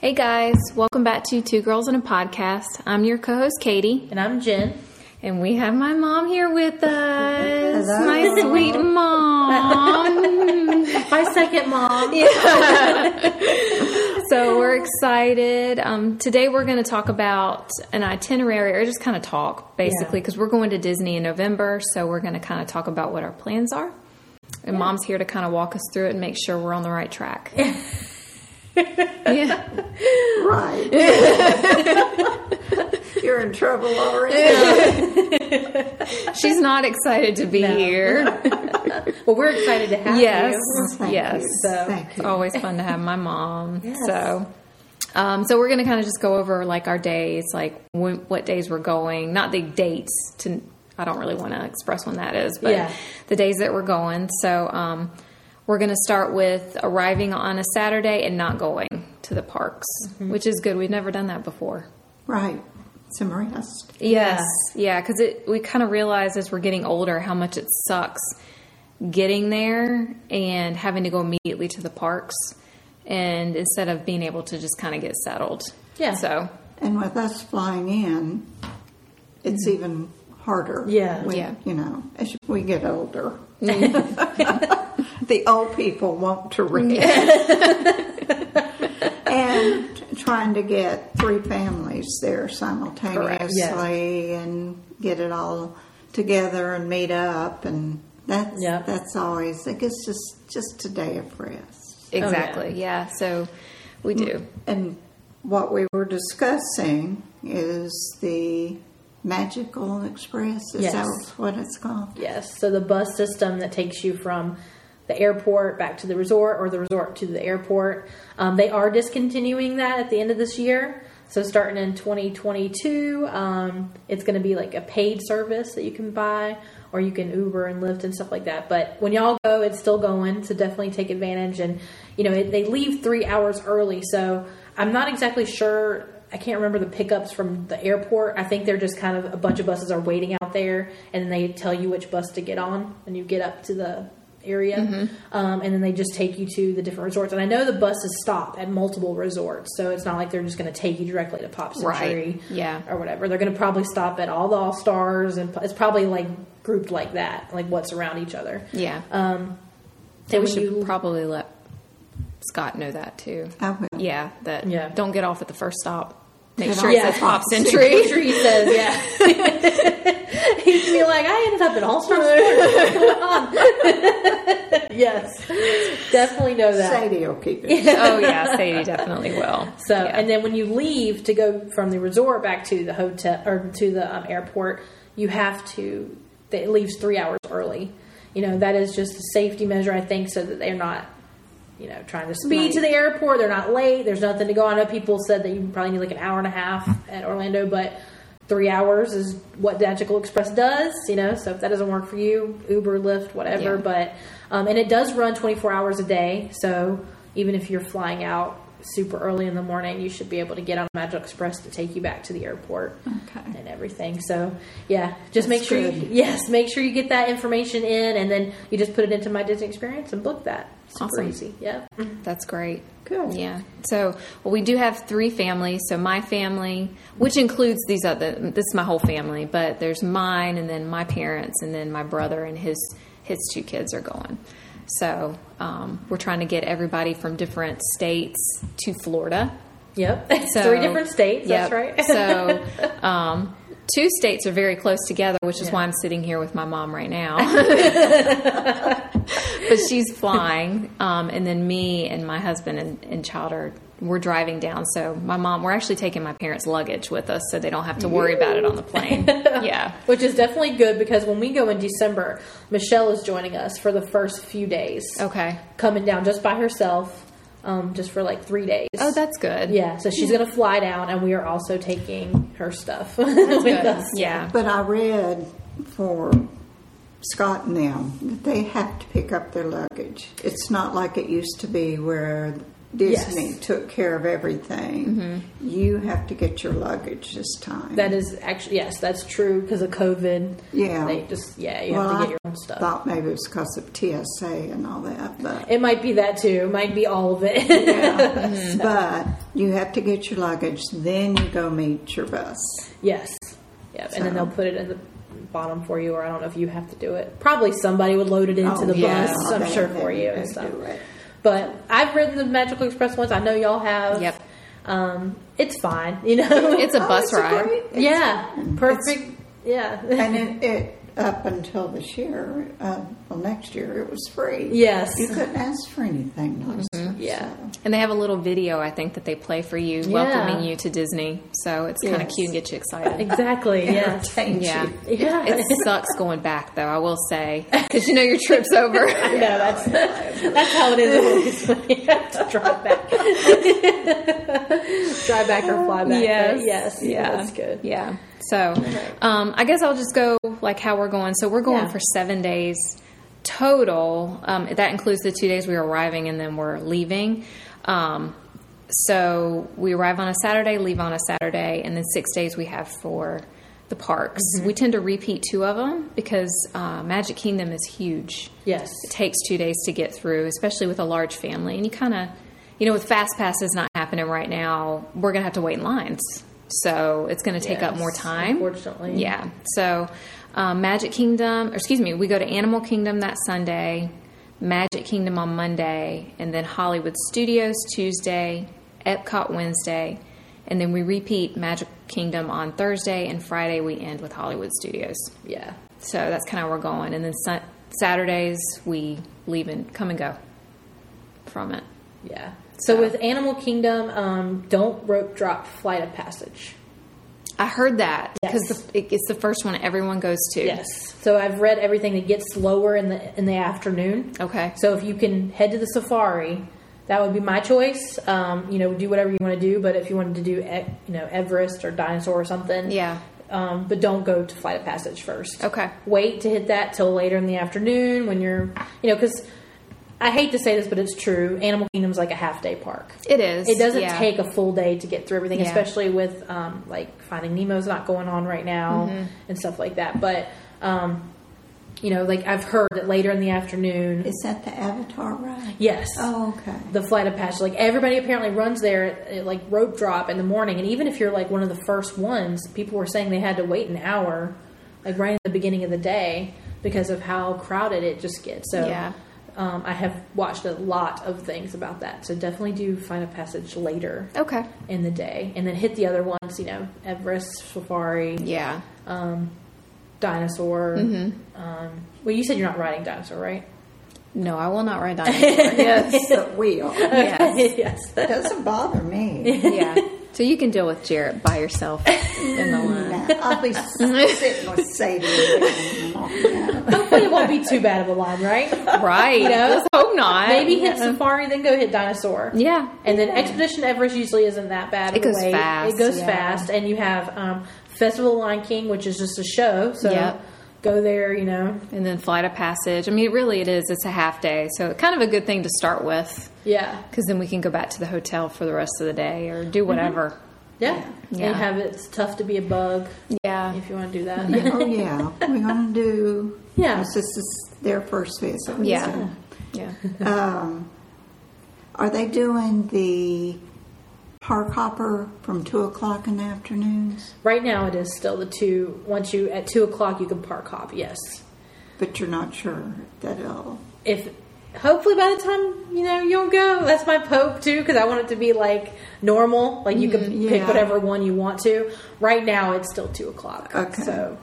Hey guys, welcome back to Two Girls and a Podcast. I'm your co host, Katie, And I'm Jen. and we have my mom here with us. Hello. My sweet mom. My second mom. so we're excited. Um, today we're going to talk about an itinerary or just kind of talk basically because we're going to Disney in November. So we're going to kind of talk about what our plans are. And mom's here to kind of walk us through it and make sure we're on the right track. yeah. Right. You're in trouble already. She's not excited to be here. Well, we're excited to have Yes. you. Thank yes. you. Thank you. Always fun to have my mom. So, um, so we're going to kind of just go over like our days, like when, what days we're going, not the dates to, I don't really want to express when that is, but Yeah. the days that we're going. So, um, we're going to start with arriving on a Saturday and not going to the parks, which is good. We've never done that before. Right. Some rest. Yes, yeah, because it we kind of realize as we're getting older how much it sucks getting there and having to go immediately to the parks, and instead of being able to just kind of get settled. Yeah. Oh, So And with us flying in, it's even harder. Yeah. when- Yeah. You know, as we get older. the old people want to read. and trying to get three families there simultaneously and get it all together and meet up and that's Yeah. that's always like it's just just a day of rest. exactly, yeah. So we Mm. do. And what we were discussing is the Magical Express. Is Yes. that what it's called? Yes. So the bus system that takes you from the airport back to the resort or the resort to the airport. Um, they are discontinuing that at the end of this year. So starting in 2022, um, it's going to be like a paid service that you can buy or you can Uber and Lyft and stuff like that. But when y'all go, it's still going. So definitely take advantage. And, you know, it, they leave three hours early. So I'm not exactly sure I can't remember the pickups from the airport. I think they're just kind of a bunch of buses are waiting out there, and then they tell you which bus to get on when you get up to the area, Mm-hmm. um, and then they just take you to the different resorts. And I know the buses stop at multiple resorts, so it's not like they're just going to take you directly to Pop Right. Century, Yeah. or whatever. They're going to probably stop at all the All Stars, and it's probably like grouped like that, like what's around each other. Yeah, Um, and we when should you- probably let Scott know that too. I will. Yeah, that. Yeah. Don't get off at the first stop. Make Get sure off it at says Pop Pop Century. Sure he says, yeah. He'd be like, I ended up in All Star yes, definitely know that. Sadie will keep it. oh yeah, Sadie definitely will. So, Yeah. and then when you leave to go from the resort back to the hotel or to the um, airport, you have to. It leaves three hours early. You know that is just a safety measure, I think, so that they're not, you know, trying to speed to the airport. They're not late. There's nothing to go. on. I know people said that you probably need like an hour and a half at Orlando, but three hours is what Magical Express does. You know, so if that doesn't work for you, Uber, Lyft, Yeah. whatever. But but um, and it does run 24 hours a day so even if you're flying out super early in the morning you should be able to get on magic express to take you back to the airport Okay. and everything so yeah just make That's sure you, good. yes make sure you get that information in and then you just put it into my disney experience and book that super Awesome. easy yeah That's great. Good. Yeah. So, well, we do have three families. So my family, which includes these other, this is my whole family, but there's mine, and then my parents, and then my brother and his his two kids are going. So um, we're trying to get everybody from different states to Florida. yep It's So- three different states Yep. that's right so um, two states are very close together, which is why I'm sitting here with my mom right now. but she's flying, um, and then me and my husband and, and child are we're driving down. So my mom, we're actually taking my parents' luggage with us, so they don't have to worry about it on the plane. yeah. which is definitely good because when we go in December, Michelle is joining us for the first few days. Okay. coming down just by herself, um, just for like three days. Oh, that's good. yeah. So she's gonna fly down, and we are also taking her stuff with Good. us. Yeah. But I read for Scott and them that they have to pick up their luggage. It's not like it used to be where Disney took care of everything. You have to get your luggage this time. Mm-hmm. That is actually yes, that's true because of COVID. Yeah. they just yeah, you well, have to I get your own stuff. thought maybe it was because of TSA and all that, but It might be that too. It might be all of it. yeah. but you have to get your luggage, then you go meet your bus. yes. Yep. And then So- they'll put it in the bottom for you, or I don't know if you have to do it. Probably somebody would load it into Oh, the yeah. bus, I'm They- sure, for they- you and they stuff. do it. But I've ridden the Magical Express once. I know y'all have. Yep. Um, it's fine. You know. It's a Oh, bus it's a ride. great- yeah. Perfect. yeah. and it, it up until this year, uh, well, next year it was free. Yes. Mm-hmm. you couldn't ask for anything nicer. Yeah. so. And they have a little video, I think, that they play for you, Yeah. welcoming you to Disney. So it's kind of Yes. cute and gets you excited. Exactly. Yes. Entertained you. Yeah. Yeah. It sucks going back, though, I will say, because you know your trip's over. I know that's that's how it is. when you have to drive back, drive back or fly back. Yes, yes, yeah, that's good. Yeah. So um, I guess I'll just go like how we're going. So we're going Yeah. for seven days total. Um, that includes the two days we're arriving and then we're leaving. Um, so we arrive on a Saturday, leave on a Saturday, and then six days we have for the parks. Mm-hmm. We tend to repeat two of them because uh, Magic Kingdom is huge Yes, it takes two days to get through, especially with a large family. And you kind of, you know, with fast passes not happening right now, we're going to have to wait in lines. So it's going to take up Yes, more time. unfortunately. Yeah. So um, Magic Kingdom, or excuse me, we go to Animal Kingdom that Sunday, Magic Kingdom on Monday, and then Hollywood Studios Tuesday, Epcot Wednesday. And then we repeat Magic Kingdom on Thursday and Friday. We end with Hollywood Studios. yeah, So that's kind of where we're going. And then Sun- Saturdays, we leave and come and go from it. yeah. So, So- with Animal Kingdom, um, don't rope drop Flight of Passage. I heard that because Yes. it, it's the first one everyone goes to. Yes. So I've read everything that gets lower in the in the afternoon. Okay. So if you can head to the safari, that would be my choice. Um, you know, do whatever you want to do. But if you wanted to do, E- you know, Everest or dinosaur or something, Yeah. Um, but don't go to Flight of Passage first. Okay. Wait to hit that till later in the afternoon when you're, you know, because I hate to say this, but it's true. Animal Kingdom's like a half day park. It is. It doesn't yeah. take a full day to get through everything, Yeah. especially with um, like Finding Nemo's not going on right now Mm-hmm. and stuff like that. But um, you know, like I've heard that later in the afternoon, Is that the Avatar ride? yes, Oh, okay. the flight of passage. Like everybody apparently runs there at, at, like rope drop in the morning, and even if you're like one of the first ones, people were saying they had to wait an hour, like right at the beginning of the day because of how crowded it just gets. So. Yeah. Um, I have watched a lot of things about that, so definitely do find a passage later Okay. in the day, and then hit the other ones. You know, Everest, Safari, Yeah. Dinosaur. Mm-hmm. Um, well, you said you're not riding Dinosaur, right? No, I will not ride dinosaur. Yes, the wheel. yes. yes. It doesn't bother me. Yeah. So you can deal with Jarrett by yourself in the line. No, I'll be sitting with Sadie. and walking out. Hopefully, it won't be too bad of a line, right? Right. Let's hope not. Maybe hit Safari, then go hit Dinosaur. Yeah. And then Expedition Everest usually isn't that bad. It of a goes wait. fast, It goes yeah. fast, and you have um, Festival of the Lion King, which is just a show. So Yep. go there, you know. And then flight of passage. I mean, really, it is. It's a half day. So kind of a good thing to start with. Yeah, because then we can go back to the hotel for the rest of the day or do whatever. yeah. Yeah. And have it's tough to be a bug Yeah. if you want to do that. oh yeah, we're gonna do. Yeah. this is their first visit. Yeah. Yeah. Um, are they doing the park hopper from two o'clock in the afternoons? Right now, it is still the two. Once you at two o'clock, you can park hop. Yes, But you're not sure that it'll. if hopefully by the time you know you'll go. That's my pope too, because I want it to be like normal. Like you can Mhm, pick yeah. whatever one you want to. Right now, it's still two o'clock. Okay. So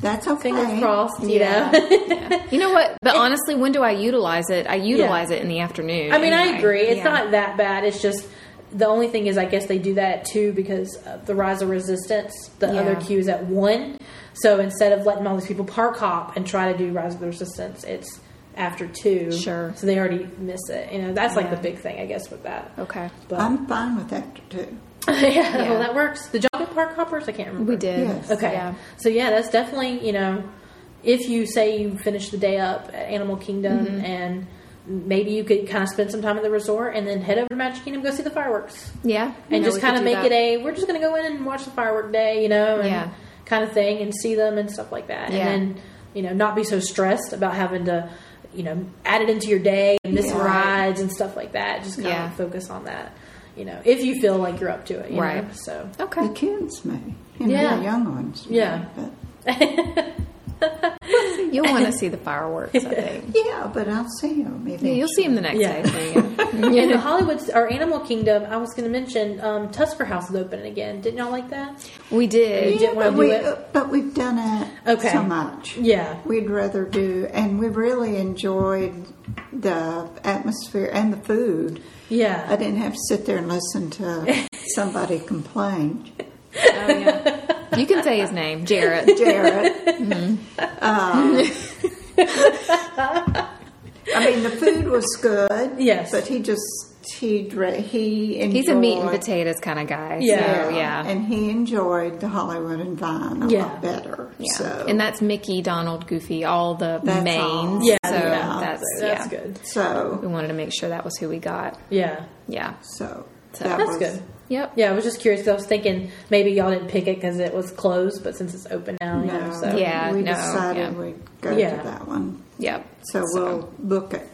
That's okay. fingers crossed. You Yeah. know. You know what? But honestly, when do I utilize it? I utilize it in the afternoon. I mean, I anyway. agree. It's Yeah. not that bad. It's just the only thing is, I guess they do that too because of the rise of resistance. The Yeah. other queue is at one, so instead of letting all these people park hop and try to do rise of the resistance, it's after two. Sure. So they already miss it. You know, that's like the Yeah. big thing, I guess, with that. Okay. But I'm fine with that too. yeah, well, that works. Did y'all get park hoppers? I can't remember. We did. Yes. Okay. Yeah. So yeah, that's Mm-hmm. definitely you know, if you say you finish the day up at Animal Kingdom and maybe you could kind of spend some time at the resort and then head over to Magic Kingdom, go see the fireworks, Yeah. and No, just we kind could of do make that. it a we're just going to go in and watch the firework day, you know, and Yeah. kind of thing, and see them and stuff like that, Yeah. and then you know not be so stressed about having to you know add it into your day and miss Yeah. rides and stuff like that. Just kind Yeah. of focus on that, you know, if you feel like you're up to it, you Right. Know? So Okay. The kids may. You know, Yeah. the young ones. may, Yeah. But, You'll want to see the fireworks, I think. yeah, but I'll see them. Yeah, Maybe. You'll see them the next Yeah. day. So yeah. And the Hollywood or Animal Kingdom, I was going to mention um, Tusker House is opening again. Didn't y'all like that? we did. didn't wanna but do we, it? uh, But we've done it Okay. so much. Yeah, We'd rather do, and we really enjoyed the atmosphere and the food. yeah. I didn't have to sit there and listen to somebody complain. Oh, yeah. You can say his name, Jarrett. Jared. Um, I mean, the food was good. Yes. but he just he dra- he enjoyed. uh, He's a meat and potatoes kind of guy. So, Yeah. yeah. and he enjoyed the Hollywood and Vine a Yeah. lot better. Yeah. So And that's Mickey, Donald, Goofy, all the That's mains. all. Yeah, So yeah. that's, That's yeah. good. We so wanted to make sure that was who we got. Yeah, Yeah. so So that that's was, good. Yep. Yeah, I was just curious. 'cause I was thinking maybe y'all didn't pick it because it was closed, but since it's open now, you know, No, so Yeah, we no, decided yeah. we'd go Yeah. to that one. Yep. So, we'll book it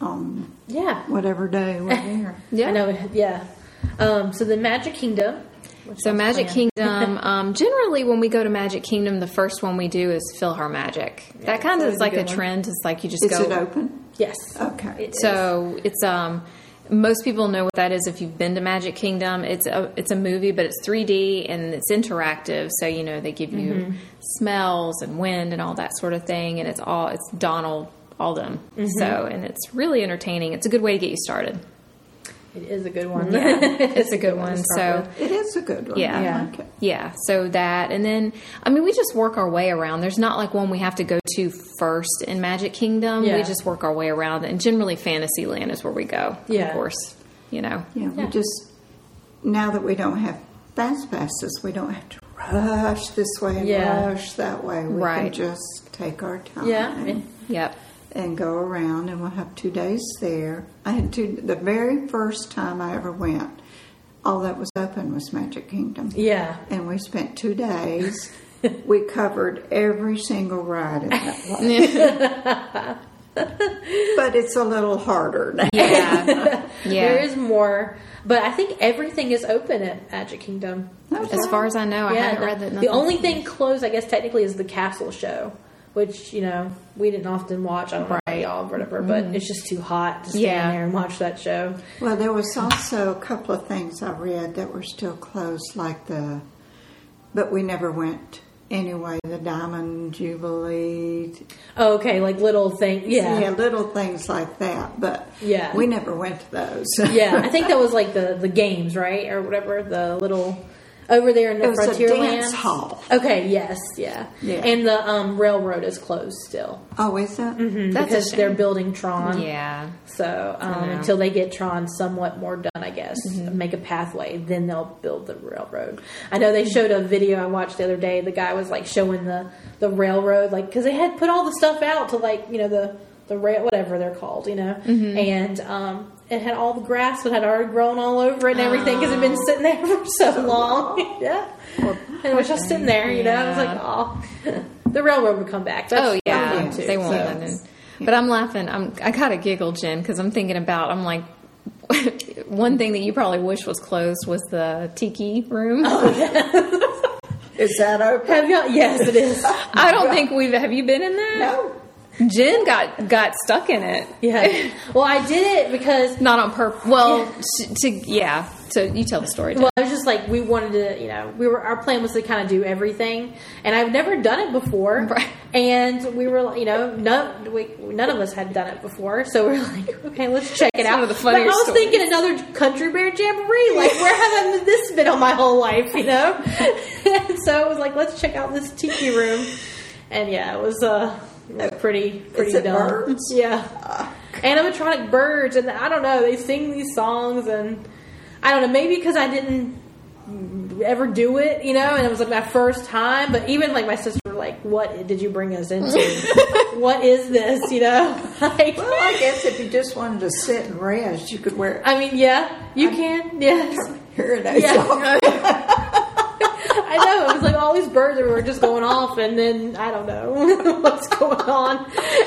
on yeah, whatever day we're there. Yeah. I know. it- Yeah. Um, so the Magic Kingdom. which So was Magic planned. Kingdom. Um, generally, when we go to Magic Kingdom, the first one we do is Philhar Magic. that kind of always is a like good a one. trend. It's like you just Is go. it open? Yes. Okay. It is. So it's um most people know what that is if you've been to Magic Kingdom. It's a it's a movie, but it's 3D and it's interactive. So you know they give you Mm-hmm. smells and wind and all that sort of thing. And it's all it's Donald all them. Mm-hmm. So and it's really entertaining. It's a good way to get you started. it is a good one. It's a good one. to start So with. It is a good one. Yeah. Yeah. I like it. yeah, so that and then I mean we just work our way around. There's not like one we have to go to first in Magic Kingdom. Yeah. We just work our way around and generally Fantasyland is where we go. Yeah. Of course. You know. Yeah, we just now that we don't have fast passes, we don't have to rush this way and Yeah. rush that way. We Right. can just take our time. Yeah. Yep. And go around, and we'll have two days there. I had two. The very first time I ever went, all that was open was Magic Kingdom, yeah. and we spent two days. we covered every single ride in that place. but it's a little harder now. Yeah. yeah. There is more, but I think everything is open at Magic Kingdom. as far as I know, I haven't no- read that. the nothing- only thing closed, I guess, technically, is the Castle Show, which you know we didn't often watch. I don't know about Right. Mm-hmm. y'all, or whatever, but it's just too hot to stand Yeah. there and watch that show. Well, there was also a couple of things I read that were still closed, like the, but we never went anyway. The Diamond Jubilee, Oh, okay, like little things. Yeah, yeah. little things like that. But Yeah. we never went to those. I think that was like the the games, right, or whatever. The little over there in the It was a frontier dance lands. hall. Okay. Yes. Yeah. Yeah. And the um, railroad is closed still oh, is that? Mm-hmm. Mm, That's a because they're shame. building Tron. Yeah. So um, know. until they get Tron somewhat more done, I guess, Mm-hmm. make a pathway, then they'll build the railroad. I know they showed a video I watched the other day. The guy was like showing the the railroad, like because they had put all the stuff out to like you know the the rail whatever they're called, you know, Mm-hmm. and um, it had all the grass that had already grown all over it and everything because it'd been Oh. sitting there for so, long. yeah, and it was just sitting there, you know. I was yeah. like, oh. The railroad would come back. That's Oh yeah. one, too, they won't. so- let it. But I'm laughing. I'm. I gotta giggle, Jen, because I'm thinking about. I'm like. One thing that you probably wish was closed was the tiki room. Is that open? Have y'all? Yes, it is. I don't think we've. Have you been in that? No. Jen got got stuck in it. Yeah. Well, I did it because Not on purpose. Well, to, to yeah. So you tell the story. Jen. Well, I was just like we wanted to, you know, we were our plan was to kind of do everything, and I've never done it before, Right. and we were, you know, none we, none of us had done it before, so we are like, okay, let's check it It's out. one of the funnier but I was stories. thinking another country bear jamboree, like where have I this been all my whole life, you know? so I was like, let's check out this tiki room, and yeah, it was uh, it was pretty pretty it dumb. birds? Yeah. Animatronic birds, and I don't know, they sing these songs, and I don't know, maybe because I didn't ever do it, you know, and it was like my first time, but even like my sister was like, what did you bring us into? what is this? You know, like, Well, I guess if you just wanted to sit and rest, you could wear I mean, yeah, you can, yes. hearing aids Yeah. off. I know. It was like all these birds were just going off, and then I don't know what's going on.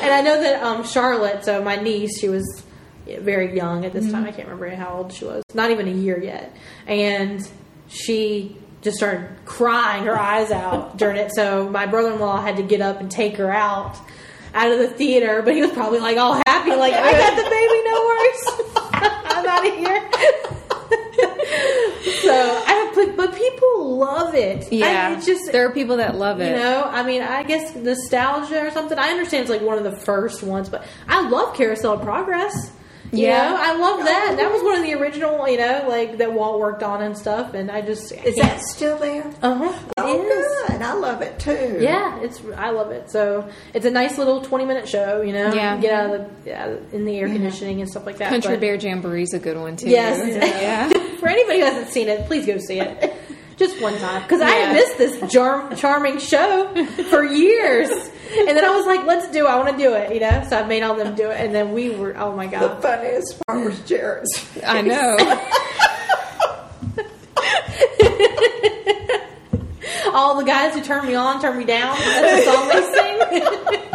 And I know that um, Charlotte, so my niece, she was very young at this time. I can't remember how old she was. Not even a year yet. And she just started crying her eyes out during it. So my brother in law had to get up and take her out out of the theater, but he was probably like all happy, like, I got the baby, no worries. I'm out of here. so I don't, but, but people love it. I- Yeah, it's just there are people that love it. you know, I mean, I guess nostalgia or something. I understand it's like one of the first ones, but I love Carousel of Progress. You Yeah. know, I Oh. love that. That was one of the original, you know, like that Walt worked on and stuff. And I just Is that still there? Uh Uh-huh. huh. Oh, good. I love it too. Yeah, it's I love it. So it's a nice little twenty minute show. You know, Yeah. Mm-hmm. get out of the yeah, in the air conditioning and stuff like that. Country but- Bear Jamboree is a good one too. Yes. yeah. For anybody who hasn't seen it, please go see it. Just one time. Because I Yeah. missed this jar- charming show for years. And then I was like, let's do it. I want to do it, you know? So I made all them do it. And then we were, oh my The God. funniest part was Jared's. I know. All the guys who turned me on, turned me down. That's the song they sing.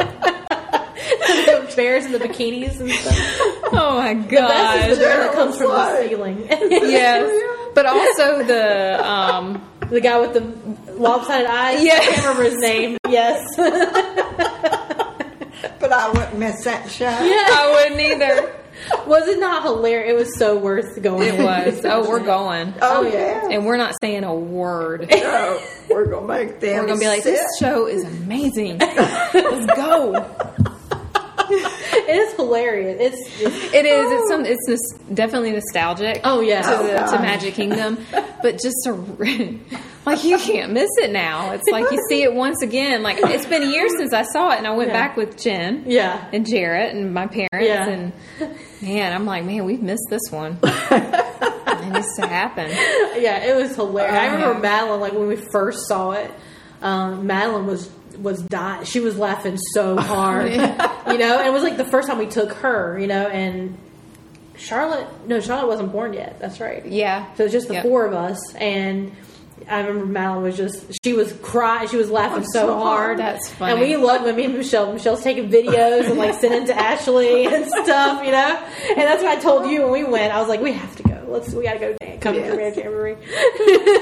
the bears in the bikinis and stuff. Oh my That's just the god. bear that comes from the ceiling. Yes. But also the um the guy with the lopsided eyes. I Yes. can't remember his name. Yes. But I wouldn't miss that show. I wouldn't either. Was it not hilarious? It was so worth going. It was. Oh, we're going. Oh, Oh, yeah. yeah. And we're not saying a word. No, we're gonna make them. We're gonna be like, sit. this show is amazing. Let's go. It is hilarious. It's, it's It is. It's some. It's nos- definitely nostalgic. Oh, yeah. to, the, Oh, to God. Magic Kingdom, but just a like you can't miss it now. It's like you see it once again. Like it's been years since I saw it, and I went Yeah. back with Jen. yeah. and Jarrett and my parents Yeah. and man, I'm like, man, we've missed this one. it needs to happen. Yeah, it was hilarious. I remember Uh-huh. Madeline like when we first saw it. Um, Madeline was was dying. She was laughing so hard, you know. And it was like the first time we took her, you know. And Charlotte, no, Charlotte wasn't born yet. That's right. Yeah. So it was just the Yep. four of us, and I remember Madeline was just she was crying, she was laughing so, so hard. hard. That's And we funny. loved when me and Michelle. Michelle's taking videos and like sending to Ashley and stuff, you know. And that's what I told you when we went. I was like, we have to go. Let's we gotta go. Dan- Come Yes. to Grand Jamboree.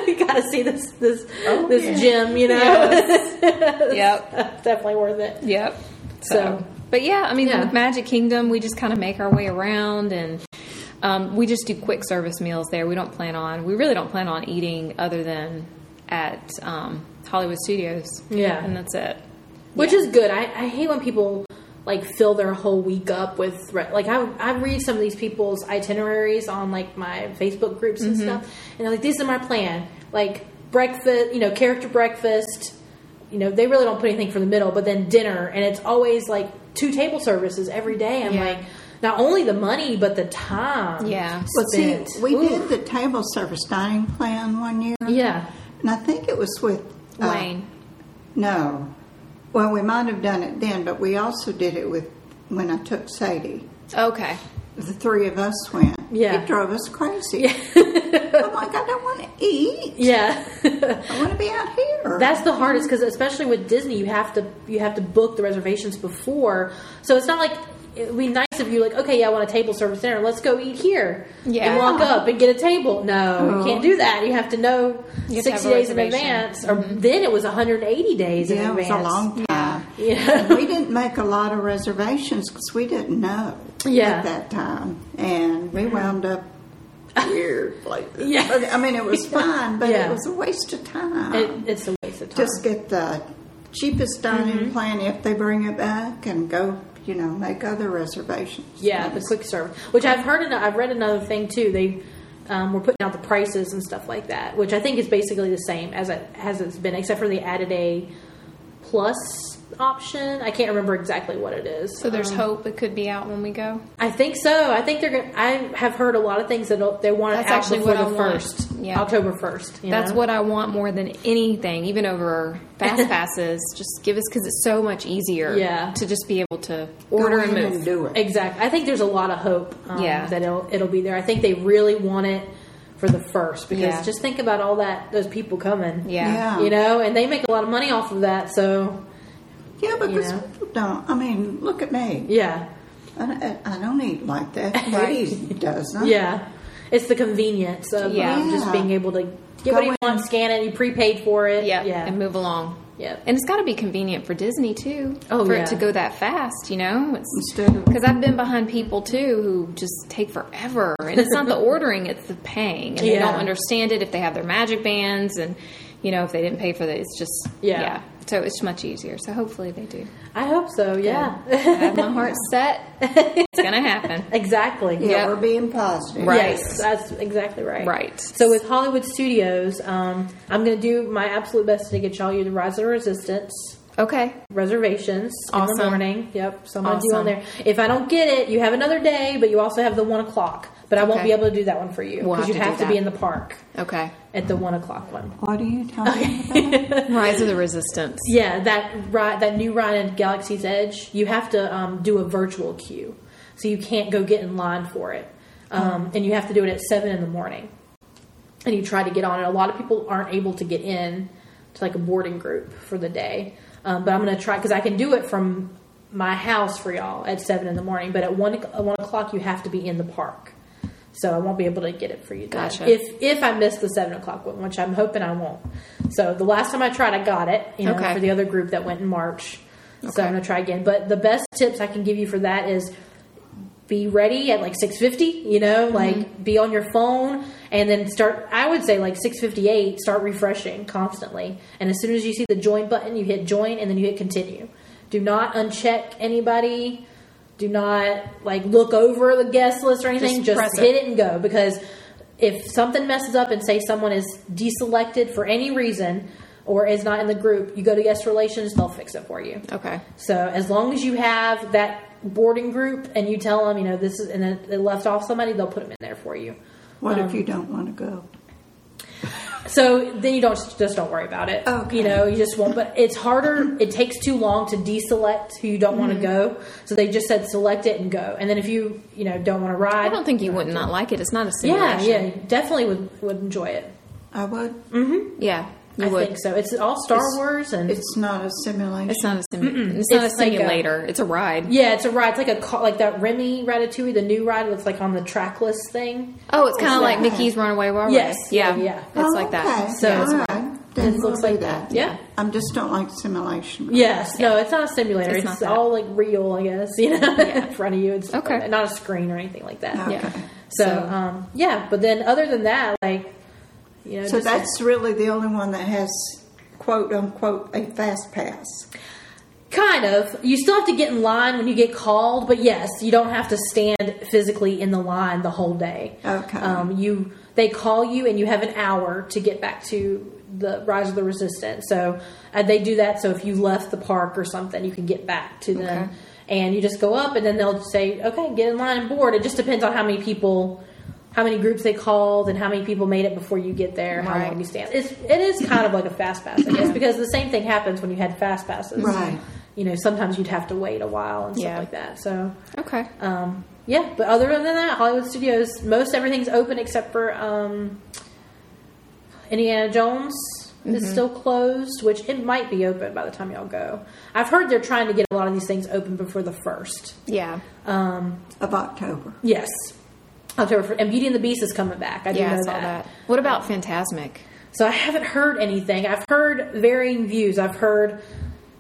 we gotta see this this Oh, this yeah. gym, you know. Yep. It's definitely worth it. Yep. So, So- but yeah, I mean, Yeah. with Magic Kingdom, we just kind of make our way around and. Um, we just do quick service meals there. We don't plan on, we really don't plan on eating other than at um, Hollywood Studios. Yeah. And that's it. which is good. I, I hate when people like fill their whole week up with re- like I I read some of these people's itineraries on like my Facebook groups Mm-hmm. and stuff, and they're like, "This is my plan: like breakfast, you know, character breakfast." You know, they really don't put anything for the middle, but then dinner, and it's always like two table services every day. I'm Yeah. like, not only the money, but the time. Yeah. Well, see, spent. we Ooh. did the table service dining plan one year, Yeah. and I think it was with uh, Wayne. No, well, we might have done it then, but we also did it with when I took Sadie. Okay. The three of us went. Yeah. it drove us crazy. I'm like, I don't want to eat. Yeah. I want to be out here. That's the hardest because especially with Disney, you have to you have to book the reservations before. So it's not like it would be nice if you like, okay, yeah, I want a table service dinner. Let's go eat here. Yeah. And walk up and get a table. No, you Oh. can't do that. You have to know You have to have sixty a days in reservation. advance. Or then it was hundred and eighty days in yeah, it was advance. a long time. yeah. we didn't make a lot of reservations because we didn't know Yeah. Mm-hmm. at that time, and we wound up weird places. Yeah. But, I mean it was fun, but Yeah. it was a waste of time. It, it's a waste of time. Just get the cheapest dining Mm-hmm. plan if they bring it back, and go. You know, make other reservations. Yeah, the quick serve, which I've heard, ano- I've read another thing too. They um, were putting out the prices and stuff like that, which I think is basically the same as it as it's been, except for the added a plus option. I can't remember exactly what it is. So there's Um, hope it could be out when we go. I think so. I think they're going. to I have heard a lot of things that they want it That's out actually before what I the want. first, Yeah. October first. That's what I want more than anything, even over fast passes. Just give us because it's so much easier. Yeah. To just be able to Go order and in move. and do it. Exactly. I think there's a lot of hope um, Yeah. that it'll it'll be there. I think they really want it for the first because Yeah. just think about all that those people coming. Yeah. Yeah. You know, and they make a lot of money off of that. So Yeah, because know. people don't. I mean, look at me. yeah, I, I- I don't eat like that. Right. Katie doesn't. yeah, it's the convenience of um, Yeah. just being able to get Go what you in. want, scan it, you prepaid for it. Yeah. yeah, And move along. Yep. And it's got to be convenient for Disney too. Oh, For yeah. it to go that fast, you know. Instead of- Because I've been behind people too who just take forever, and it's not the ordering; it's the paying, and they Yeah. don't understand it if they have their magic bands, and you know if they didn't pay for that, it's just Yeah. So it's much easier. So hopefully they do. I hope so. Yeah, I have my heart set. It's gonna happen. exactly. Yeah, Yep. we're being positive. Right. Yes, that's exactly right. Right. So with Hollywood Studios, um, I'm going to do my absolute best to get y'all you the Rise of the Resistance Okay. reservations in the Awesome. morning. Yep. So I'm going to do Awesome. on there. If I don't get it, you have another day, but you also have the one o'clock. But I won't Okay. be able to do that one for you We'll because have you to do have to that. be in the park Okay. at the one o'clock one. What are you talking about? Rise of the Resistance. Yeah, that ride, that new ride at Galaxy's Edge, you have to um, do a virtual queue, so you can't go get in line for it, um, and you have to do it at seven in the morning. And you try to get on it. A lot of people aren't able to get in to like a boarding group for the day, um, but I'm gonna try because I can do it from my house for y'all at seven in the morning. But at one at one o'clock, you have to be in the park. So I won't be able to get it for you. then. Gotcha. If if I miss the seven o'clock one, which I'm hoping I won't. So the last time I tried, I got it. You know, Okay. for the other group that went in March. So Okay. I'm gonna try again. But the best tips I can give you for that is be ready at like 6:50. You know, Mm-hmm. like be on your phone and then start. I would say like 6:58. Start refreshing constantly, and as soon as you see the join button, you hit join, and then you hit continue. Do not uncheck anybody. Do not like look over the guest list or anything. Just, press it. hit it and go because if something messes up and say someone is deselected for any reason or is not in the group, you go to guest relations, they'll fix it for you. Okay. So as long as you have that boarding group and you tell them, you know, this is and then they left off somebody, they'll put them in there for you. What if you don't want to go? So then you don't just don't worry about it. Okay. You know, you just won't. But it's harder. It takes too long to deselect who you don't want to Mm-hmm. go. So they just said select it and go. And then if you you know don't want to ride, I don't think you would not like it. It's not a yeah, simulation. yeah, you definitely would would enjoy it. I would. Yeah. You I would. think so. It's all Star It's- Wars and It's not a simulation. It's not a sim- It's not It's a like a- simulator. it's a ride. yeah, it's a ride. It's like a ca- like that Remy Ratatouille, the new ride that's like on the trackless thing. Oh, it's kind It's of like like- Mickey's Runaway Railway. Yes, Yeah. yeah, yeah. It's Oh, like that. Okay. So it's- all right. Then it we'll looks do like that. Yeah. I just don't like simulation. Yes. No, it's not a simulator. It's, It's not that. all like real, I guess. You know, in front of you. It's Okay. not a screen or anything like that. Okay. Yeah. So, So- um, yeah. But then, other than that, like, you know, So just- that's really the only one that has quote unquote a fast pass. Kind of. You still have to get in line when you get called, but yes, you don't have to stand physically in the line the whole day. Okay. Um, you they call you and you have an hour to get back to the Rise of the Resistance. So uh, they do that. So if you left the park or something, you can get back to them, Okay. and you just go up and then they'll say, "Okay, get in line and board." It just depends on how many people. How many groups they called and how many people made it before you get there? How Right. long you stand? It's it is kind of like a fast pass, I guess, because the same thing happens when you had fast passes Right. you know, sometimes you'd have to wait a while and stuff Yeah. like that. So, Okay. um, yeah. But other than that, Hollywood Studios, most everything's open except for um, Indiana Jones Mm-hmm. is still closed, which it might be open by the time y'all go. I've heard they're trying to get a lot of these things open before the first. Yeah. Of October. Yes. October 1st. And Beauty and the Beast is coming back. I do Yeah. I know saw that. What about Fantasmic? So I haven't heard anything. I've heard varying views. I've heard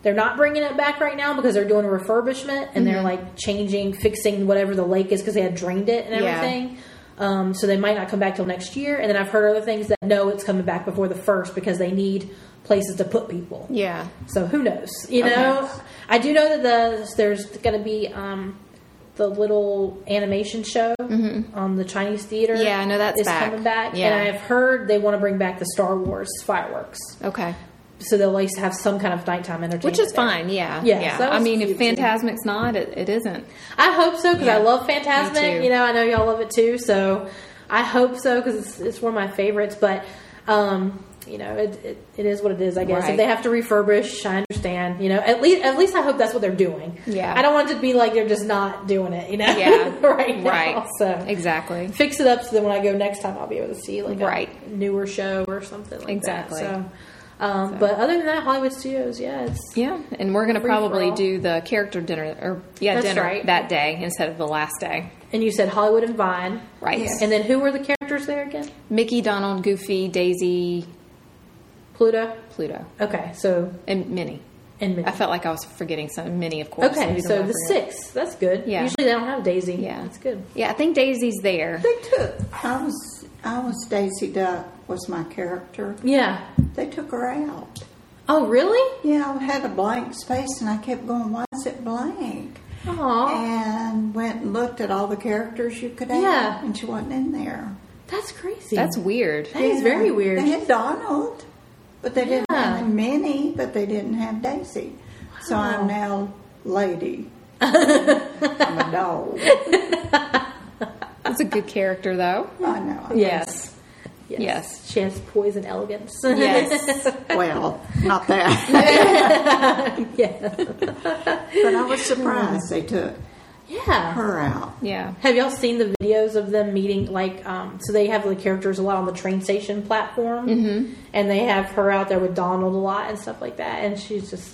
they're not bringing it back right now because they're doing a refurbishment and they're like changing, fixing whatever the lake is because they had drained it and Yeah. everything. Um, so they might not come back till next year. And then I've heard other things that no, it's coming back before the first because they need places to put people. Yeah. So who knows? You know, I do know that the there's going to be um, the little animation show on the Chinese theater. Mm-hmm. Yeah, I know that's is back. coming back. Yeah. And I've heard they want to bring back the Star Wars fireworks. Okay. so they'll at least have some kind of nighttime entertainment. Which is there. fine, yeah. Yeah, so that I was mean, if cute, too. Phantasmic's not, it, it isn't. I hope so because I Yeah. love Me Phantasmic. too. You know, I know y'all love it too. So I hope so because it's, it's one of my favorites. But um, you know, it, it, it is what it is. I guess if Right. they have to refurbish, I understand. You know, at least at least I hope that's what they're doing. Yeah. I don't want it to be like they're just not doing it. You know, Yeah. right, now. Right. So Exactly. fix it up so then when I go next time, I'll be able to see like a Right. newer show or something like Exactly. that. So. Um, But other than that, Hollywood Studios, yeah, it's Yeah, and we're going to Free for probably all. do the character dinner, or yeah, That's dinner right. that day instead of the last day. and you said Hollywood and Vine, Right. Yes. And then who were the characters there again? Mickey, Donald, Goofy, Daisy, Pluto. Pluto, Okay, so and Minnie. and I Minnie. felt like I was forgetting some. Minnie, of course. Okay, Who do I so the forget? six. That's good. Yeah. Usually they don't have Daisy. Yeah, that's good. Yeah, I think Daisy's there. They took. I was. I was Daisy Duck. Was my character. Yeah. They took her out. Oh, really? Yeah, I had a blank space, and I kept going. Why is it blank? Aw, And went and looked at all the characters you could add, Yeah. and she wasn't in there. that's crazy. That's weird. That is very weird. They had Donald, but they didn't Yeah. have Minnie, but they didn't have Daisy. So I'm now lady. I'm a dog. That's a good character, though. I know. yes. yes. Yes. She has poise and elegance. Yes. Well, not that. yeah. but I was surprised they took Yeah. her out. Yeah. Have y'all seen the videos of them meeting? Like, um, so they have the characters a lot on the train station platform, Mm-hmm. and they have her out there with Donald a lot and stuff like that. And she's just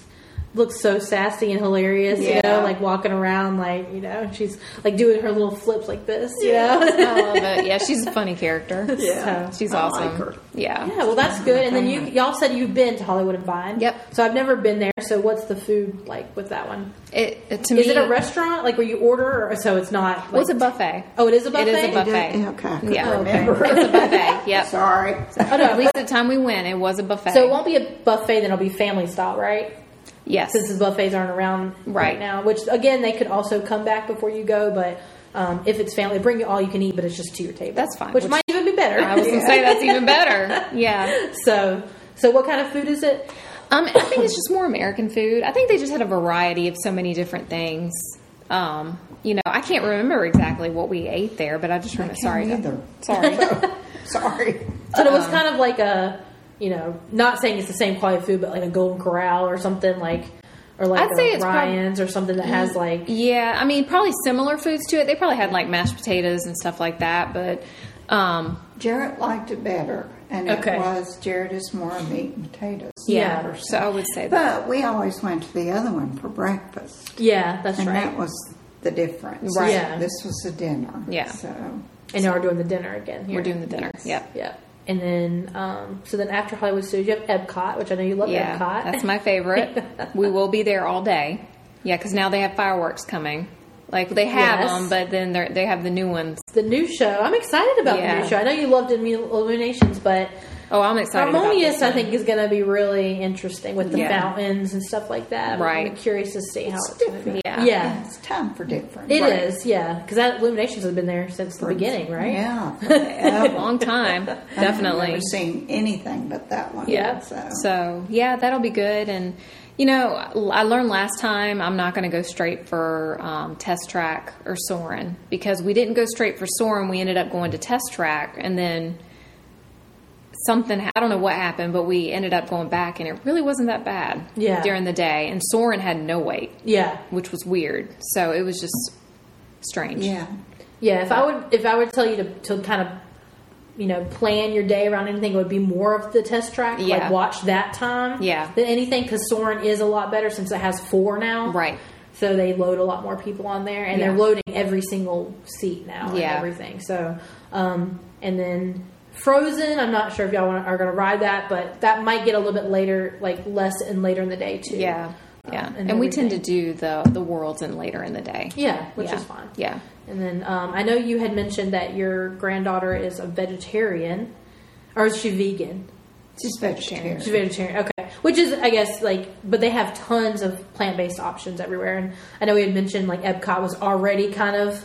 looks so sassy and hilarious, you know, Yeah. like walking around, like you know, she's like doing her little flips like this, you know. I love it. Yeah, she's a funny character. Yeah. She's I awesome. like her. Yeah. Yeah, well, that's good. And then you y'all said you've been to Hollywood and Vine. Uh-huh. Yep. So I've never been there. So what's the food like with that one? It, it- to Is me, it a restaurant like where you order? Or, so it's not. Like, Well, it's a buffet. Oh, it is a buffet. It is a buffet. Okay, I couldn't Yeah. remember. It's a buffet. Yep. Sorry. Oh, no, At least the time we went, it was a buffet. So it won't be a buffet. Then it'll be family style, right? yes. Since the buffets aren't around right, Right. now, which again they could also come back before you go, but. Um, if it's family, bring you all you can eat, but it's just to your table. That's fine. Which, Which- might even be better. I was gonna say that's even better. Yeah. so, so what kind of food is it? Um, I think it's just more American food. I think they just had a variety of so many different things. Um, you know, I can't remember exactly what we ate there, but I just remember. can't sorry, either. sorry. Sorry. So it was Uh-huh. kind of like a, you know, not saying it's the same quality food, but like a Golden Corral or something like, or like I'd say a it's prob- Ryan's or something that has like, Yeah, I mean, probably similar foods to it. They probably had like mashed potatoes and stuff like that, but um, Jarrett liked it better, and it Okay. was Jarrett is more a meat and potatoes. Yeah. yeah. So I would say that. But we always went to the other one for breakfast, yeah, that's and right. that was the difference. Right. Yeah. This was a dinner. Yeah. So And now we're doing the dinner again. Here. We're doing the dinner. Yep. yeah. And then, um, so then after Hollywood Studios, you have Epcot, which I know you love Yeah, Epcot. that's my favorite. we will be there all day. Yeah, because now they have fireworks coming. Like they have Yes. them, but then they they have the new ones. the new show. I'm excited about the Yeah. new show. I know you loved Illu- Illuminations, but Oh, I'm excited. Harmonious, I about this one. think, is going to be really interesting with the Yeah. fountains and stuff like that. I'm Right. curious to see how it's, going to be. different. Yeah. yeah. it's time for different. It is, Right. yeah, because that Illuminations has been there since the beginning, right? Yeah. A forever. long time, I've definitely. never seen anything but that one. Yeah. So, So yeah, that'll be good. And you know, I learned last time I'm not going to go straight for um, test track or Soren because we didn't go straight for Soren. We ended up going to test track, and then something I don't know what happened, but we ended up going back, and it really wasn't that bad. Yeah. during the day, and Soren had no weight, Yeah, which was weird. So it was just strange. yeah. yeah. If I would, if I would tell you to, to kind of, you know, plan your day around anything, it would be more of the test track. Yeah. Like watch that time. Yeah. Than anything, because Soren is a lot better since it has four now. Right. So they load a lot more people on there, and they're Yeah. loading every single seat now. Yeah. And everything. So, um, and then. Frozen. I'm not sure if y'all wanna, are going to ride that, but that might get a little bit later, like less and later in the day too. yeah, yeah. Um, and we tend to do the the worlds and later in the day. Yeah, which Yeah. is fine. Yeah. And then um, I know you had mentioned that your granddaughter is a vegetarian, or is she vegan? She's vegetarian. She's vegetarian. Okay, which is I guess like, but they have tons of plant based options everywhere. And I know we had mentioned like Epcot was already kind of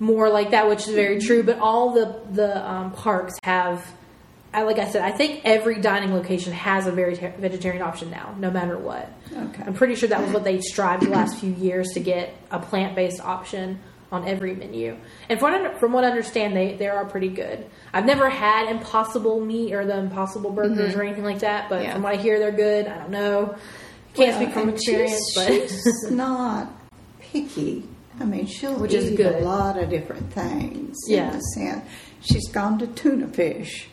more like that, which is very true. But all the the um, parks have. I, like I said, I think every dining location has a veri- vegetarian option now, no matter what. Okay. I'm pretty sure that was what they strived the last few years to get a plant based option on every menu. And from what, I, from what I understand, they, they are pretty good. I've never had Impossible Meat or the Impossible Burgers Mm-hmm. or anything like that, but Yeah. from what I hear, they're good. I don't know. Can't speak from And experience, she's, but. she's not picky. I mean, she'll Which eat is good. a lot of different things. Yeah. In a sense. She's gone to tuna fish.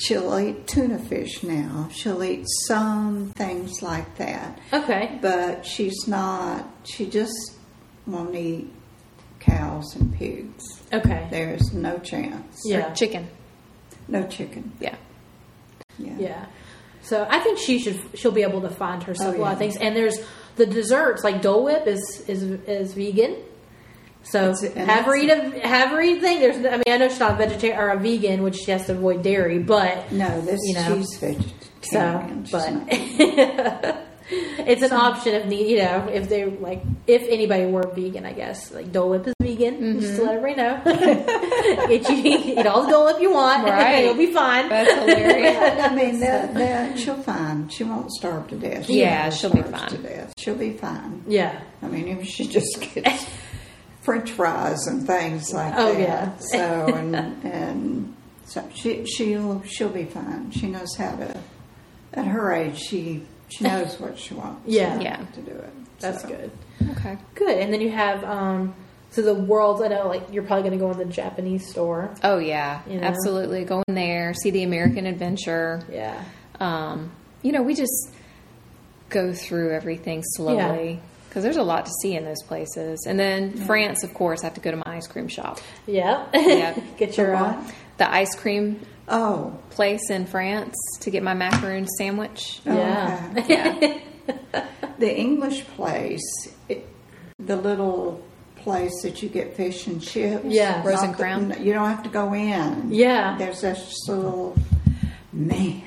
She'll eat tuna fish now. She'll eat some things like that. Okay. But she's not, she just won't eat cows and pigs. Okay. There's no chance. Yeah. Chicken. No chicken. Yeah. Yeah. Yeah. So I think she should she'll be able to find herself Oh, a lot yeah. of things. And there's the desserts like Dole Whip is is is vegan. So It's- and have her that's- eat a have her eat thing. There's I mean I know she's not a vegetarian or a vegan, which she has to avoid dairy, but No, this You know. she's vegetarian. so She's but not- it's an option if need you know if they like if anybody were vegan I guess like Dole Whip is vegan just Mm-hmm. to let everybody know get you eat all the Dole Whip you want Right. you'll be fine That's hilarious. Yeah, I mean, that, that, she'll fine. She won't starve to death. She Yeah, never she'll be starves fine. To death. She'll be fine. yeah I mean, if she just gets French fries and things like Oh, that. yeah. So and and so she she'll she'll be fine. She knows how to. At her age, she she knows what she wants. Yeah. Yeah. to do it. that's So, good. Okay. Good. And then you have um so the world I know like you're probably gonna go in the Japanese store. Oh yeah, You know? absolutely. Go in there, see the American Adventure. Yeah. Um, you know, we just go through everything slowly because there's a lot to see in those places. And then France, of course, I have to go to my ice cream shop. Yeah. Yeah. Get your The uh, what? The ice cream Oh, place in France to get my macaroon sandwich. Yeah. Oh, Okay. Yeah. The English place, it, the little place that you get fish and chips. Yeah. Rose and Not the- Crown. You don't have to go in. Yeah. There's this little, man,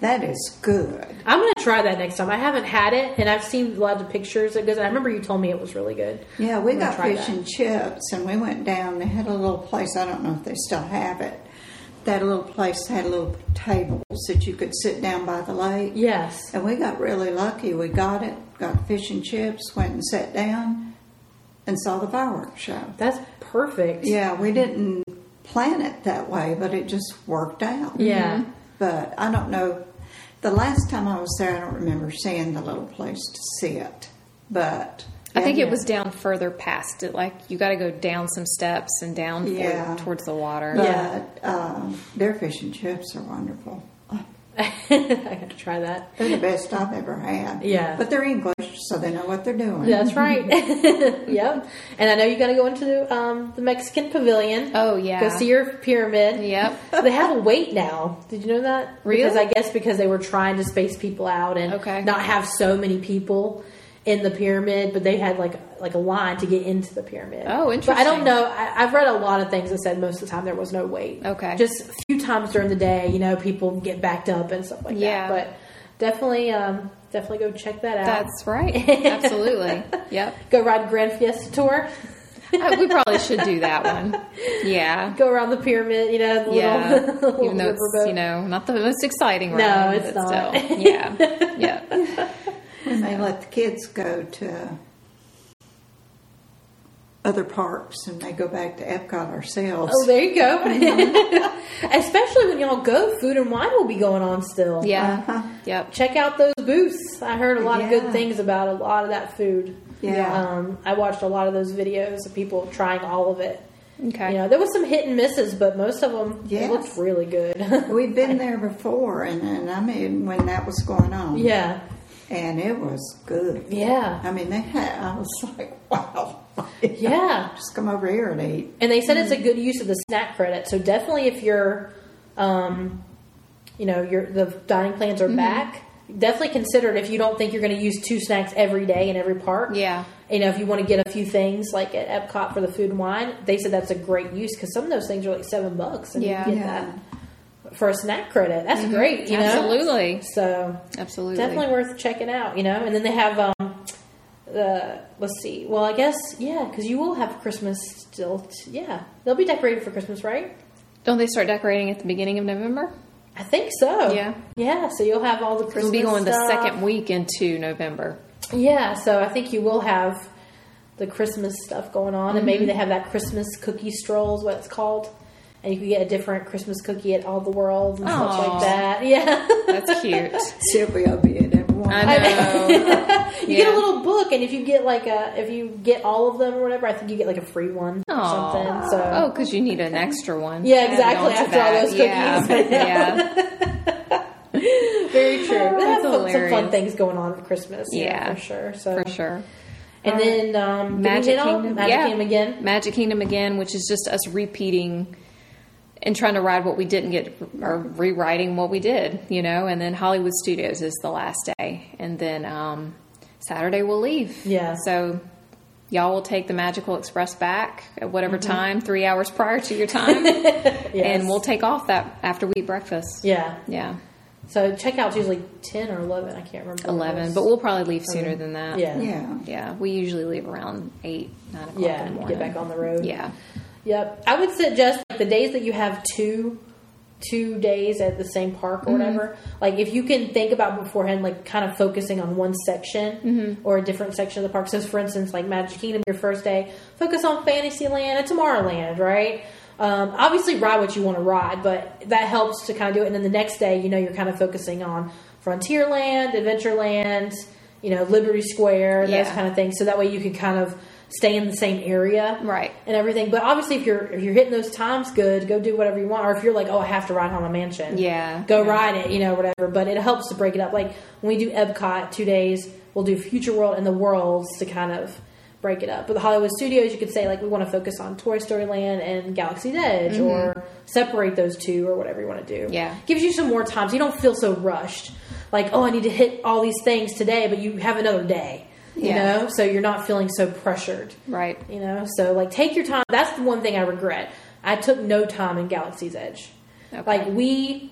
that is good. I'm gonna try that next time. I haven't had it and I've seen lots of pictures of it I remember you told me it was really good. Yeah, we I'm gonna got try fish that. and chips, and we went down. They had a little place. I don't know if they still have it. That little place had little tables that you could sit down by the lake. Yes. And we got really lucky. We got it, got fish and chips, went and sat down, and saw the fireworks show. That's perfect. Yeah, we didn't plan it that way, but it just worked out. Yeah. But I don't know. The last time I was there, I don't remember seeing the little place to sit. But I think it was down further past it. Like you got to go down some steps and down for- Yeah. towards the water. But Yeah. um, their fish and chips are wonderful. I gotta try that. They're the best I've ever had. Yeah. But they're English, so they know what they're doing. That's right. yep. And I know you gotta go into um, the Mexican pavilion. Oh, yeah. Go see your pyramid. Yep. they have a wait now. Did you know that? Really? Because I guess because they were trying to space people out and Okay. not have so many people in the pyramid, but they had like like a line to get into the pyramid. Oh, But I don't interesting. know. I, I've read a lot of things that said most of the time there was no wait. Okay. Just a few times during the day, you know, people get backed up and stuff like Yeah. that. But definitely, um, definitely go check that out. That's right. Absolutely. Yep. go ride Grand Fiesta Tour. I, we probably should do that one. Yeah. Go around the pyramid, you know, the Yeah. little, little Even though it's, riverboat. you know, not the most exciting No, ride. it's but not. Uh-huh. Still, yeah. Yeah. We may let the kids go to other parks and they go back to Epcot ourselves. Oh, there you go. Especially when y'all go, food and wine will be going on still. Yeah. Uh-huh. Yep. Check out those booths. I heard a lot of good Yeah. things about a lot of that food. Yeah. Um, I watched a lot of those videos of people trying all of it. Okay. You know, there was some hit and misses, but most of them they Yes. looked really good. We've been there before, and, and I mean, when that was going on. yeah. And it was good. Yeah. I mean, they had, I was like, wow. Yeah. Just come over here and eat. And they said it's a Mm. good use of the snack credit. So definitely, if you're, um, you know, your the dining plans Mm-hmm. are back, definitely consider it if you don't think you're going to use two snacks every day in every park. Yeah. You know, if you want to get a few things like at Epcot for the food and wine, they said that's a great use because some of those things are like seven bucks, and Yeah. Mm-hmm. you get Yeah. that for a snack credit. That's great. You know, Absolutely. So Absolutely. definitely worth checking out. You know, and then they have um, the let's see. Well, I guess yeah, because you will have Christmas still. T- yeah, they'll be decorated for Christmas, right? Don't they start decorating at the beginning of November? I think so. Yeah. Yeah. So you'll have all the Christmas. We'll be going the stuff. second week into November. Yeah. So I think you will have the Christmas stuff going on, and Mm-hmm. maybe they have that Christmas cookie stroll is what it's called, and you can get a different Christmas cookie at all the worlds and stuff Aw. like that. Yeah. That's cute. Sylvia will be in it one. I know. You get a little book, and if you get like a, if you get all of them or whatever, I think you get like a free one or Aw. something. So Oh, because you need an extra one. Yeah, exactly, Going to after all that. those cookies. Yeah. yeah. very true. They have That's fun, some fun hilarious. things going on at Christmas. Yeah, Yeah. for sure. So For sure. And then um, did we Magic hit all- Kingdom. Magic yeah. Kingdom again. Magic Kingdom again, which is just us repeating and trying to ride what we didn't get or rewriting what we did, you know. And then Hollywood Studios is the last day, and then um, Saturday we'll leave. Yeah. So y'all will take the Magical Express back at whatever Mm-hmm. time, three hours prior to your time, and we'll take off that after we eat breakfast. Yeah. Yeah. So checkout's usually ten or eleven. I can't remember. what it was. Eleven, but we'll probably leave sooner than that. yeah, Yeah. Yeah, we usually leave around eight, nine o'clock yeah. in the morning. Get back on the road. Yeah. Yep. I would suggest like, the days that you have two two days at the same park or whatever. Like if you can think about beforehand, like kind of focusing on one section or a different section of the park. So for instance, like Magic Kingdom, your first day, focus on Fantasyland and Tomorrowland, right? Um, obviously ride what you want to ride, but that helps to kind of do it. And then the next day, you know, you're kind of focusing on Frontierland, Adventureland, you know, Liberty Square, those Yeah. kind of things. So that way you can kind of stay in the same area Right. and everything. But obviously, if you're if you're hitting those times good, go do whatever you want. Or if you're like, oh, I have to ride Haunted Mansion, Yeah. go ride it, you know, whatever. But it helps to break it up. Like when we do Epcot two days, we'll do Future World and the Worlds to kind of break it up. But the Hollywood Studios, you could say like we want to focus on Toy Story Land and Galaxy's Edge, or separate those two, or whatever you want to do. Mm-hmm. Yeah. gives you some more time, so you don't feel so rushed. Like oh, I need to hit all these things today, but you have another day. You Yeah. know, so you're not feeling so pressured Right. you know so like take your time that's the one thing i regret i took no time in galaxy's edge Okay. like we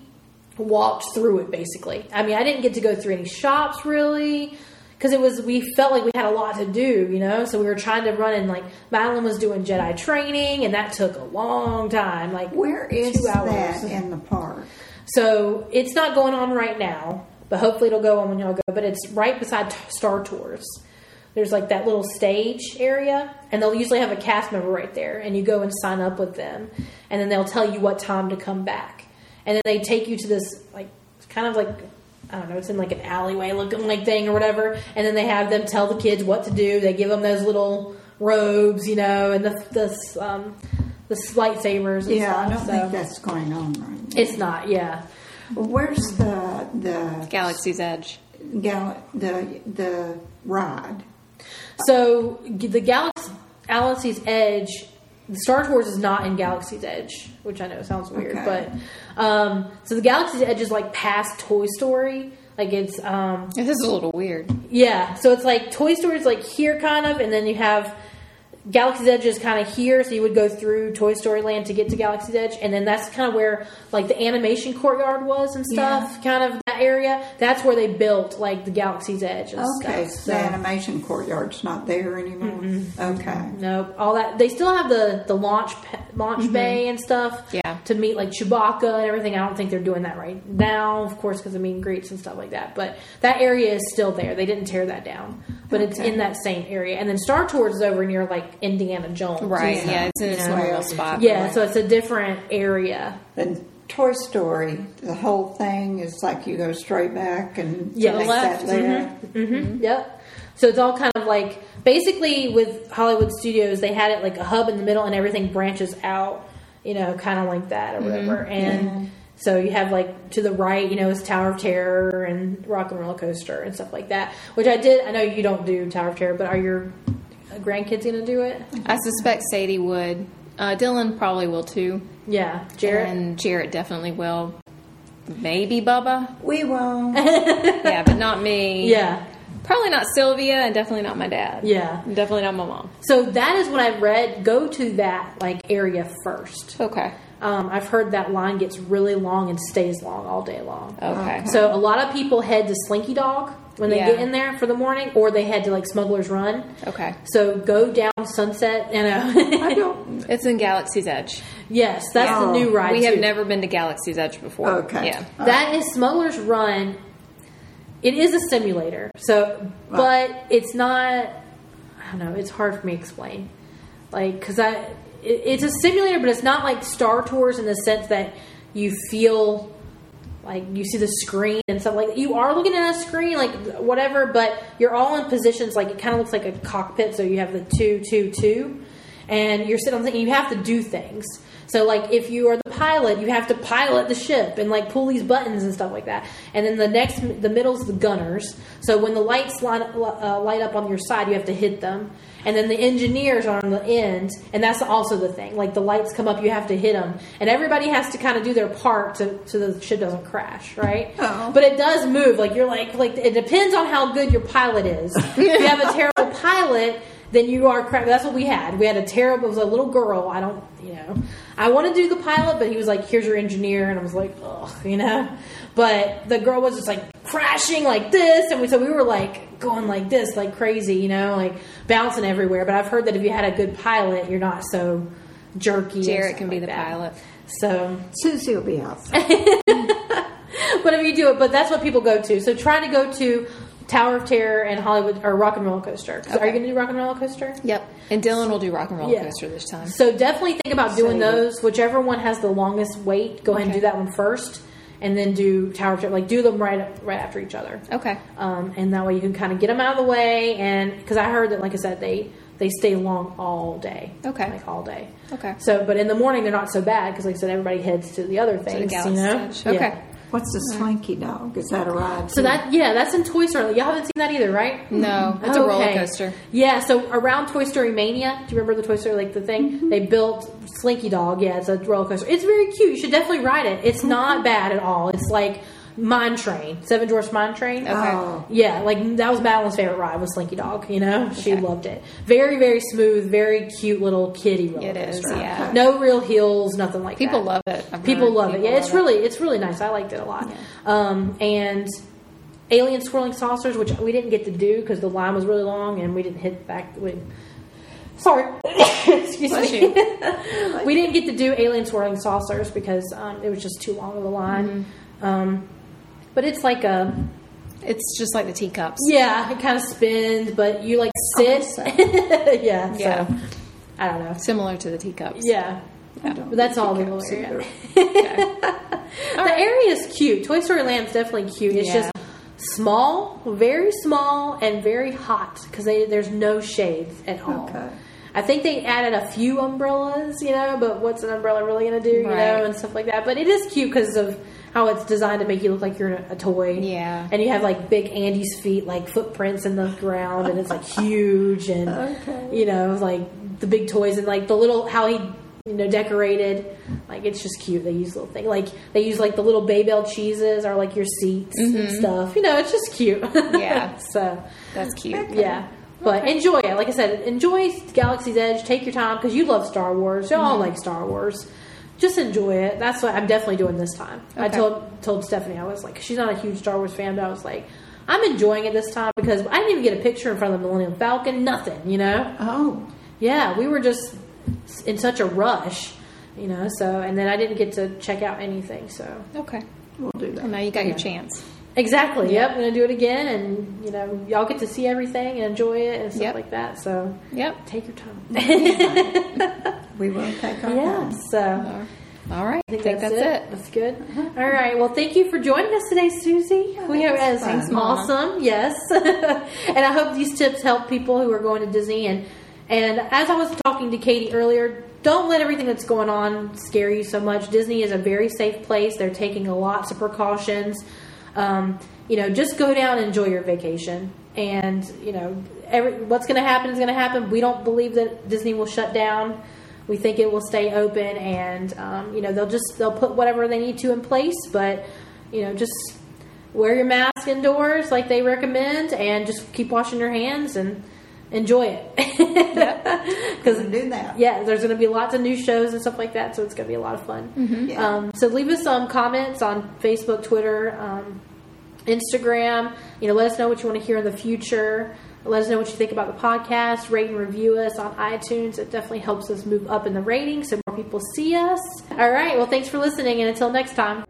walked through it basically i mean i didn't get to go through any shops really because it was we felt like we had a lot to do you know so we were trying to run and like madeline was doing jedi training and that took a long time like Where is two hours that in the park? so it's not going on right now, but hopefully it'll go on when y'all go. But it's right beside T- Star Tours. There's like that little stage area, and they'll usually have a cast member right there, and you go and sign up with them, and then they'll tell you what time to come back, and then they take you to this like kind of like I don't know, it's in like an alleyway looking like thing or whatever, and then they have them tell the kids what to do. They give them those little robes, you know, and the the um, the lightsabers. And Yeah, I stuff, don't think so. that's going on right now. It's not, yeah. Well, Where's the the Galaxy's Edge. gal the the ride? So g- the Galaxy, Galaxy's Edge, the Star Tours is not in Galaxy's Edge, which I know sounds weird, Okay. but um, so the Galaxy's Edge is like past Toy Story. Like it's um This is a little weird. yeah, so it's like Toy Story is like here kind of, and then you have Galaxy's Edge is kind of here, so you would go through Toy Story Land to get to Galaxy's Edge, and then that's kind of where like the animation courtyard was and stuff, kind of that area. That's where they built like the Galaxy's Edge and Okay, stuff. the animation courtyard's not there anymore. Mm-hmm. Okay, Nope. All that they still have the the launch pa- launch bay and stuff. Mm-hmm. Yeah. To meet like Chewbacca and everything. I don't think they're doing that right now, of course, because of meet and greets and stuff like that. But that area is still there. They didn't tear that down, but it's in that same area. And then Star Tours is over near like Indiana Jones. Right. Yeah. Yeah, it's in its Yeah. own little spot. Yeah. So it's a different area. and Toy Story, the whole thing is like you go straight back and Yeah, mm-hmm. make left, that there. Yep. So it's all kind of like basically with Hollywood Studios, they had it like a hub in the middle, and everything branches out, you know, kind of like that or whatever. And so you have like to the right, you know, is Tower of Terror and Rock and Roller Coaster and stuff like that. Which I did. I know you don't do Tower of Terror, but are your grandkids gonna do it? I suspect Sadie would. Uh, Dylan probably will too. Yeah, Jared. And Jarrett definitely will. Maybe Bubba. We won't. Yeah, but not me. yeah. Probably not Sylvia and definitely not my dad. Yeah. And Definitely not my mom. So that is what I read. Go to that like area first. Okay. Um, I've heard that line gets really long and stays long all day long. Okay. So a lot of people head to Slinky Dog when they Yeah. get in there for the morning, or they head to like Smuggler's Run. Okay. So go down Sunset. You know, I don't. It's in Galaxy's Edge. yes, that's the Yeah. new ride. we have too. never been to Galaxy's Edge before. Okay. Yeah. That is Smuggler's Run. It is a simulator, so but it's not. I don't know. It's hard for me to explain, like because I it, it's a simulator, but it's not like Star Tours in the sense that you feel like you see the screen and stuff like that. You are looking at a screen, like whatever, but you're all in positions. Like it kind of looks like a cockpit, so you have the two, two, two, and you're sitting on something. You have to do things. So like if you are the pilot, you have to pilot the ship and like pull these buttons and stuff like that. And then the next, the middle's the gunners. So when the lights light, uh, light up on your side, you have to hit them. And then the engineers are on the end, and that's also the thing. Like the lights come up, you have to hit them, and everybody has to kind of do their part to, so the ship doesn't crash, right? Oh. But it does move. Like you're like like it depends on how good your pilot is. if you have a terrible pilot, then you are crap. That's what we had. We had a terrible. It was a little girl. I don't, you know, I want to do the pilot, but he was like, "Here's your engineer," and I was like, "Ugh," you know. But the girl was just like crashing like this, and we so we were like going like this, like crazy, you know, like bouncing everywhere. But I've heard that if you had a good pilot, you're not so jerky. and Jarrett stuff can be like the that. pilot. So Susie will be out. there. but if you do it, but that's what people go to. So try to go to Tower of Terror and Hollywood or Rock and Roller Coaster. 'Cause Are Okay. you going to do Rock and Roller Coaster? Yep. And Dylan will do Rock and Roller Yeah. Coaster this time. So definitely think about doing Save it. those. Whichever one has the longest wait, go ahead and Okay. do that one first, and then do Tower of Terror. Like do them right right after each other. Okay. Um, and that way you can kind of get them out of the way, and because I heard that, like I said, they they stay long all day. Okay. like all day. Okay. So, but in the morning they're not so bad because, like I said, everybody heads to the other things. you Galaxy's know? Edge. Yeah. Okay. What's the Slinky Dog? Is that a ride? Uh-huh. So that yeah, that's in Toy Story. Y'all haven't seen that either, right? Oh, No, it's a roller Okay. coaster. Yeah, so around Toy Story Mania, do you remember the Toy Story like the thing Mm-hmm. they built Slinky Dog? Yeah, it's a roller coaster. It's very cute. You should definitely ride it. It's Mm-hmm. not bad at all. It's like Mine Train, Seven Dwarfs Mine Train. okay. Oh, Yeah, like that was Madeline's favorite ride was Slinky Dog. You know, she Okay. loved it. Very very smooth, very cute little kitty roller It is, coaster. yeah. No real heels, nothing like People that love it. I've people heard love it. Yeah, love it's really it's really nice. I liked it a lot. Um, and alien swirling saucers, which we didn't get to do because the line was really long and we didn't hit back. We, sorry, excuse Bless me. you. we didn't get to do alien swirling saucers because um, it was just too long of a line. Mm-hmm. Um, but it's like a It's just like the teacups. yeah, it kind of spins, but you like sit. yeah, Yeah. So I don't know. Similar to the teacups. Yeah, I don't but that's think all you the can little area. consider- the area is cute. Toy Story Land's definitely cute. It's Yeah. just small, very small, and very hot because there's no shades at all. Okay. I think they added a few umbrellas, you know, but what's an umbrella really going to do, you Right. know, and stuff like that. But it is cute because of how it's designed to make you look like you're a toy. Yeah. And you have like big Andy's feet, like footprints in the ground, and it's like huge, and you know, like the big toys and like the little how he you know decorated. Like it's just cute. They use little thing like they use like the little Baybel cheeses or like your seats and stuff. You know, it's just cute. Yeah. so That's cute. yeah. But enjoy it. Like I said, enjoy Galaxy's Edge. Take your time because you love Star Wars. Y'all Mm-hmm. like Star Wars. Just enjoy it. That's what I'm definitely doing this time. I Okay. told told Stephanie I was like, she's not a huge Star Wars fan, but I was like, I'm enjoying it this time because I didn't even get a picture in front of the Millennium Falcon. Nothing, you know. Oh, Yeah, we were just in such a rush, you know. So and then I didn't get to check out anything. So Okay. we'll do Well, that. now you got your chance. Exactly. Yep. I'm gonna do it again, and you know, y'all get to see everything and enjoy it and stuff Yep. like that. So Yep. take your time. We will take our yeah. time. So All right. I think, that's, it. That's good. All right. Well, thank you for joining us today, Susie. we are as fun. Thanks, Mama. awesome. Yes. and I hope these tips help people who are going to Disney. And and as I was talking to Katie earlier, don't let everything that's going on scare you so much. Disney is a very safe place. They're taking lots of precautions. Um, you know, just go down and enjoy your vacation. And you know, every, what's going to happen is going to happen. We don't believe that Disney will shut down. We think it will stay open, and um, you know they'll just they'll put whatever they need to in place. But you know, just wear your mask indoors like they recommend, and just keep washing your hands and enjoy it. Because do that. yeah, there's going to be lots of new shows and stuff like that, so it's going to be a lot of fun. Yeah. Um, so leave us some comments on Facebook, Twitter, um, Instagram. You know, let us know what you want to hear in the future. Let us know what you think about the podcast. Rate and review us on iTunes. It definitely helps us move up in the ratings so more people see us. All right. Well, thanks for listening, and until next time.